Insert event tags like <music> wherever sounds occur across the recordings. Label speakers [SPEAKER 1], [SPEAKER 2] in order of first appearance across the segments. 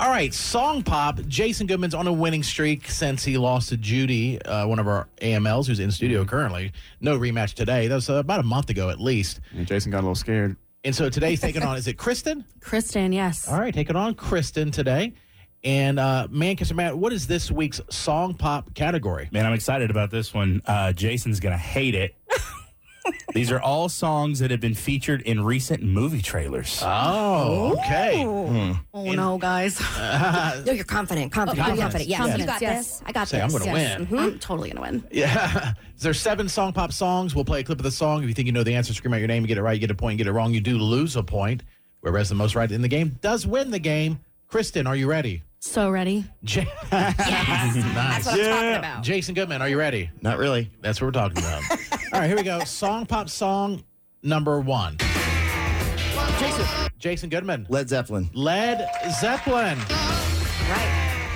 [SPEAKER 1] All right, song pop. Jason Goodman's on a winning streak since he lost to Judy, uh, one of our AMLs who's in studio currently. No rematch today. That was uh, about a month ago at least.
[SPEAKER 2] And Jason got a little scared.
[SPEAKER 1] And so today's taking on, is it Kristen?
[SPEAKER 3] Kristen, yes.
[SPEAKER 1] All right, taking on Kristen today. And uh, Manchester Matt, what is this week's song pop category?
[SPEAKER 4] Man, I'm excited about this one. Uh, Jason's going to hate it. These are all songs that have been featured in recent movie trailers.
[SPEAKER 1] Oh, okay.
[SPEAKER 3] Oh no, guys.
[SPEAKER 5] No, you're confident. Confident. I'm confident. Yes.
[SPEAKER 3] Confidence,
[SPEAKER 5] you got
[SPEAKER 3] yes.
[SPEAKER 5] this. I got
[SPEAKER 1] Say, I'm
[SPEAKER 5] this.
[SPEAKER 1] gonna
[SPEAKER 5] yes.
[SPEAKER 1] win.
[SPEAKER 5] Mhm.
[SPEAKER 3] I'm totally gonna win.
[SPEAKER 1] Yeah. <laughs> There's seven song pop songs. We'll play a clip of the song. If you think you know the answer, scream out your name. You get it right, you get a point. You get it wrong, you do lose a point. Whoever has the most right in the game does win the game. Kristen, are you <laughs> ready?
[SPEAKER 3] So ready.
[SPEAKER 1] Ja-
[SPEAKER 5] That's what I'm talking about.
[SPEAKER 1] Jason Goodman, are you ready?
[SPEAKER 2] Not really.
[SPEAKER 1] That's what we're talking <laughs> about. All right, here we go. Song pop song number one. Jason, Jason Goodman,
[SPEAKER 2] Led Zeppelin.
[SPEAKER 1] Led Zeppelin.
[SPEAKER 5] Right.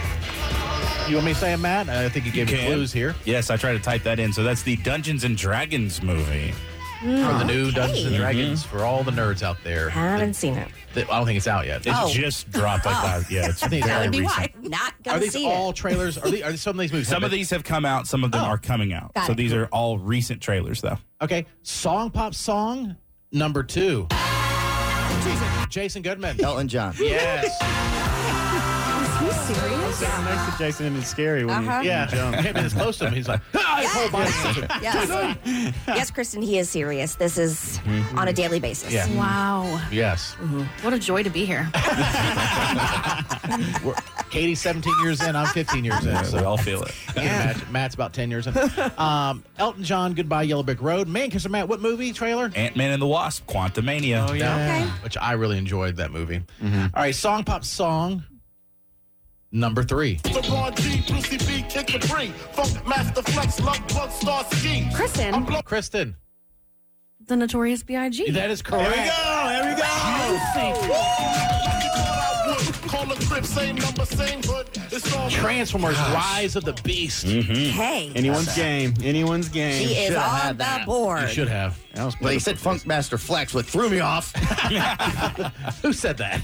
[SPEAKER 1] You want me to say it, Matt? I think you gave me
[SPEAKER 4] can.
[SPEAKER 1] clues here
[SPEAKER 4] Yes, I tried to type that in. So that's the Dungeons and Dragons movie.
[SPEAKER 1] for the new Dungeons and Dragons for all the nerds out there.
[SPEAKER 5] Haven't seen it.
[SPEAKER 1] that- I don't think it's out yet.
[SPEAKER 4] It
[SPEAKER 5] Oh.
[SPEAKER 4] just dropped like that. Yeah, it's
[SPEAKER 1] think it's
[SPEAKER 4] very
[SPEAKER 1] gotta
[SPEAKER 5] Be
[SPEAKER 4] recent.
[SPEAKER 5] why. Not
[SPEAKER 1] Are
[SPEAKER 5] gonna
[SPEAKER 1] these
[SPEAKER 5] see
[SPEAKER 1] all
[SPEAKER 5] it.
[SPEAKER 1] trailers? Are, the, are some of these movies?
[SPEAKER 4] Some of these have come out. Some of them are coming out.
[SPEAKER 5] Got
[SPEAKER 4] So
[SPEAKER 5] it.
[SPEAKER 4] these are all recent trailers, though.
[SPEAKER 1] Okay, song pop song number two. Jason Goodman.
[SPEAKER 6] Elton John.
[SPEAKER 1] Oh, Yes.
[SPEAKER 5] Are you serious? Yeah.
[SPEAKER 2] Next to Jason, and it's scary when you-
[SPEAKER 5] Uh-huh.
[SPEAKER 1] <laughs> Yeah. Him is close to him. He's like, <laughs> ah, his whole body.
[SPEAKER 5] Yes. yes, Kristen, he is serious. This is on a daily basis.
[SPEAKER 1] Yeah.
[SPEAKER 3] Wow.
[SPEAKER 1] Yes.
[SPEAKER 3] What a joy to be here.
[SPEAKER 1] We're, Katie's 17 years in. I'm 15 years in.
[SPEAKER 4] we
[SPEAKER 1] So
[SPEAKER 4] all feel it.
[SPEAKER 1] I can imagine. Matt's about 10 years in. Um, Elton John, Goodbye Yellow Brick Road. Man, Manchester Matt, what movie trailer?
[SPEAKER 4] Ant Man and the Wasp, Quantumania.
[SPEAKER 1] No. Which I really enjoyed that movie. All right, song pop song number three.
[SPEAKER 3] Kristen,
[SPEAKER 1] Kristen.
[SPEAKER 3] <laughs> the notorious B.I.G.
[SPEAKER 1] That is correct.
[SPEAKER 4] There we go.
[SPEAKER 1] Transformers: Rise of the Beast.
[SPEAKER 5] Hey.
[SPEAKER 2] Anyone's game. Anyone's game.
[SPEAKER 5] He is
[SPEAKER 6] Should've had
[SPEAKER 5] on the
[SPEAKER 6] that.
[SPEAKER 1] You
[SPEAKER 4] Mm-hmm.
[SPEAKER 5] board.
[SPEAKER 1] should have. <laughs>
[SPEAKER 2] That was
[SPEAKER 6] Well,
[SPEAKER 2] pretty-
[SPEAKER 6] he said Funkmaster Flex, what threw
[SPEAKER 5] <laughs>
[SPEAKER 6] me off.
[SPEAKER 1] Who said that?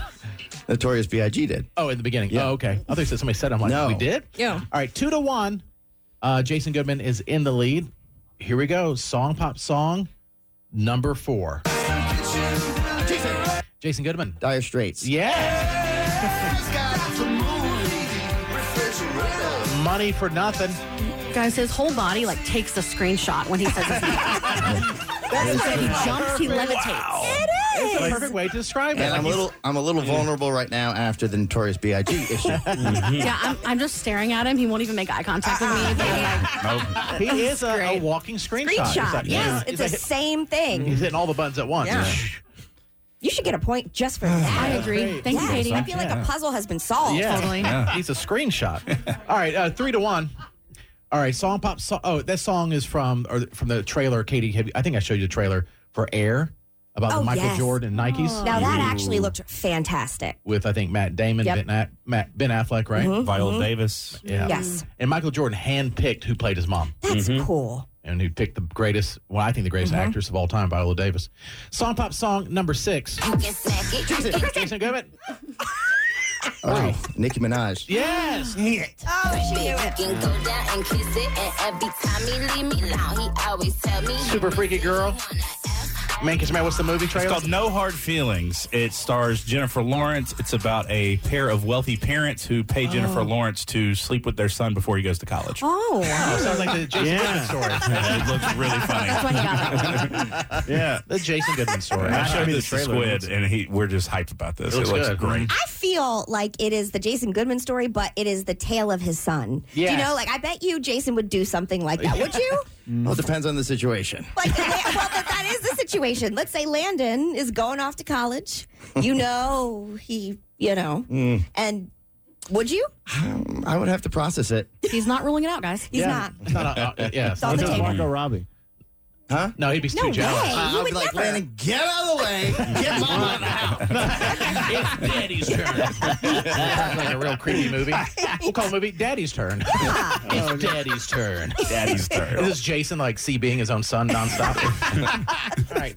[SPEAKER 6] Notorious B.I.G. did.
[SPEAKER 1] Oh, in the beginning. Oh, okay. I thought you said somebody said. it. I'm like,
[SPEAKER 6] No.
[SPEAKER 1] we did.
[SPEAKER 5] Yeah.
[SPEAKER 1] All right, two to one. Uh, Jason Goodman is in the lead. Here we go. Song pop song number four. Jason Goodman.
[SPEAKER 6] Dire Straits.
[SPEAKER 1] Yeah. Money for nothing.
[SPEAKER 3] Guys, his whole body like takes a screenshot when he says <laughs> his name. That's why he jumps, he levitates.
[SPEAKER 1] It's the perfect way to describe it.
[SPEAKER 6] And I'm a
[SPEAKER 1] Like,
[SPEAKER 6] little, I'm a little vulnerable right now after the Notorious B.I.G.
[SPEAKER 5] <laughs>
[SPEAKER 6] issue.
[SPEAKER 3] Yeah, I'm, I'm just staring at him. He won't even make eye contact with me. But <laughs> I'm like,
[SPEAKER 1] he is a, a walking screenshot. He's
[SPEAKER 5] Screenshot.
[SPEAKER 1] like,
[SPEAKER 5] Yes,
[SPEAKER 1] he's
[SPEAKER 5] it's the
[SPEAKER 1] like- mm-hmm.
[SPEAKER 5] same thing.
[SPEAKER 1] He's hitting all the buttons at once.
[SPEAKER 5] Yeah. You should get a point just for that.
[SPEAKER 3] I agree. Thank you,
[SPEAKER 5] Yes,
[SPEAKER 3] Katie.
[SPEAKER 5] I feel like a puzzle has been solved.
[SPEAKER 1] Yeah.
[SPEAKER 3] Totally.
[SPEAKER 1] He's a screenshot. All right, uh, three to one. All right, song pop. So- oh, that song is from or from the trailer. Katie, have you- I think I showed you the trailer for Air about
[SPEAKER 5] Oh,
[SPEAKER 1] the Michael
[SPEAKER 5] yes. Oh.
[SPEAKER 1] Jordan and Nikes
[SPEAKER 5] Now that actually looked fantastic.
[SPEAKER 1] with I think Matt Damon,
[SPEAKER 5] Yep. Mm-hmm.
[SPEAKER 1] Ben, A- Matt, Ben Affleck, right?
[SPEAKER 4] Viola Davis.
[SPEAKER 1] Yeah.
[SPEAKER 5] Yes.
[SPEAKER 1] And Michael Jordan handpicked who played his mom,
[SPEAKER 5] That's cool.
[SPEAKER 1] and who picked the greatest, well, I think the greatest
[SPEAKER 5] Mm-hmm.
[SPEAKER 1] actress of all time, Viola Davis. Song pop song number
[SPEAKER 5] <laughs>
[SPEAKER 1] six. Jason Goodman.
[SPEAKER 6] oh, Nicki Minaj.
[SPEAKER 1] Yes.
[SPEAKER 7] Can go down and kiss it, and every time he leave me alone, he always tell me.
[SPEAKER 1] Super freaky girl. Man, kiss man. What's the movie trailer?
[SPEAKER 4] It's called No Hard Feelings. It stars Jennifer Lawrence. It's about a pair of wealthy parents who pay Jennifer Lawrence to sleep with their son before he goes to college.
[SPEAKER 5] Oh.
[SPEAKER 1] Oh, sounds like the Jason Goodman story.
[SPEAKER 4] <laughs> it looks really
[SPEAKER 3] That's
[SPEAKER 4] funny.
[SPEAKER 3] why he got that. one.
[SPEAKER 2] yeah.
[SPEAKER 1] The Jason Goodman
[SPEAKER 4] <laughs>
[SPEAKER 1] story.
[SPEAKER 4] I
[SPEAKER 2] Show
[SPEAKER 4] showed
[SPEAKER 2] me the
[SPEAKER 4] this to
[SPEAKER 2] trailer.
[SPEAKER 4] Squid, and he, we're just hyped about this.
[SPEAKER 1] It
[SPEAKER 4] It
[SPEAKER 1] looks
[SPEAKER 4] looks,
[SPEAKER 1] good.
[SPEAKER 4] great.
[SPEAKER 5] I feel like it is the Jason Goodman story, but it is the tale of his son. Do
[SPEAKER 1] Yes.
[SPEAKER 5] you know, like I bet you Jason would do something like that.
[SPEAKER 1] <laughs>
[SPEAKER 5] Would you?
[SPEAKER 6] Well, it depends on the situation.
[SPEAKER 5] Like, well, that, that is the situation. Let's say Landon is going off to college. You know, he,
[SPEAKER 1] <laughs>
[SPEAKER 5] you know,
[SPEAKER 1] Mm.
[SPEAKER 5] and would you?
[SPEAKER 6] I would have to process it.
[SPEAKER 3] <laughs> He's not ruling it out, guys.
[SPEAKER 5] He's not.
[SPEAKER 1] It's not a- uh, yeah, it's
[SPEAKER 5] on
[SPEAKER 1] not
[SPEAKER 5] the
[SPEAKER 1] a-
[SPEAKER 5] table.
[SPEAKER 2] Marco Robbie.
[SPEAKER 1] No, he'd be
[SPEAKER 5] No
[SPEAKER 1] too
[SPEAKER 5] way.
[SPEAKER 1] jealous.
[SPEAKER 5] You
[SPEAKER 6] I'll
[SPEAKER 5] would
[SPEAKER 6] be like,
[SPEAKER 5] never.
[SPEAKER 6] Landon, get out of the way. Get mom out of the house.
[SPEAKER 1] It's Daddy's turn. Sounds like a real creepy movie. We'll call the movie Daddy's Turn. <laughs> it's Daddy's Turn. <laughs>
[SPEAKER 4] Daddy's
[SPEAKER 1] Is
[SPEAKER 4] turn. <laughs>
[SPEAKER 1] this Jason like C being his own son nonstop? All right.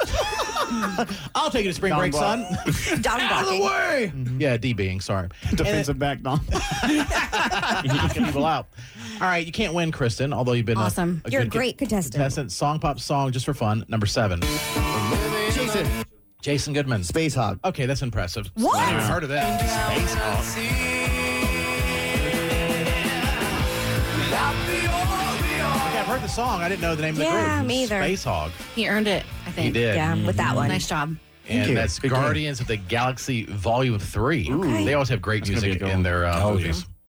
[SPEAKER 1] I'll take you to spring
[SPEAKER 2] Down
[SPEAKER 1] break,
[SPEAKER 2] block.
[SPEAKER 1] son.
[SPEAKER 5] Dog
[SPEAKER 1] Out of the <laughs>
[SPEAKER 5] barking.
[SPEAKER 1] way. Yeah, D being sorry.
[SPEAKER 2] Defensive back, Dom.
[SPEAKER 1] knocking people out. All right, you can't win, Kristen. Although you've been a-
[SPEAKER 3] Awesome.
[SPEAKER 1] A,
[SPEAKER 5] You're a
[SPEAKER 1] good
[SPEAKER 5] great contestant.
[SPEAKER 1] contestant. Song pop song just for fun. Number seven,
[SPEAKER 6] Jason,
[SPEAKER 1] Jason Goodman.
[SPEAKER 6] Space Hog.
[SPEAKER 1] Okay, that's impressive.
[SPEAKER 5] What?
[SPEAKER 1] I haven't heard of that. Okay, I've heard the song. I didn't know the name of the group.
[SPEAKER 5] Yeah, me either.
[SPEAKER 1] Space Hog.
[SPEAKER 3] He earned it, I think.
[SPEAKER 1] He did.
[SPEAKER 5] Yeah, with that one.
[SPEAKER 3] Nice job.
[SPEAKER 1] And
[SPEAKER 6] you.
[SPEAKER 1] that's
[SPEAKER 6] Good game.
[SPEAKER 1] Guardians of the Galaxy Volume Three. They always have great
[SPEAKER 2] gonna be a
[SPEAKER 1] music
[SPEAKER 2] good
[SPEAKER 1] in
[SPEAKER 2] one.
[SPEAKER 1] their uh,
[SPEAKER 4] Oh,
[SPEAKER 1] movies.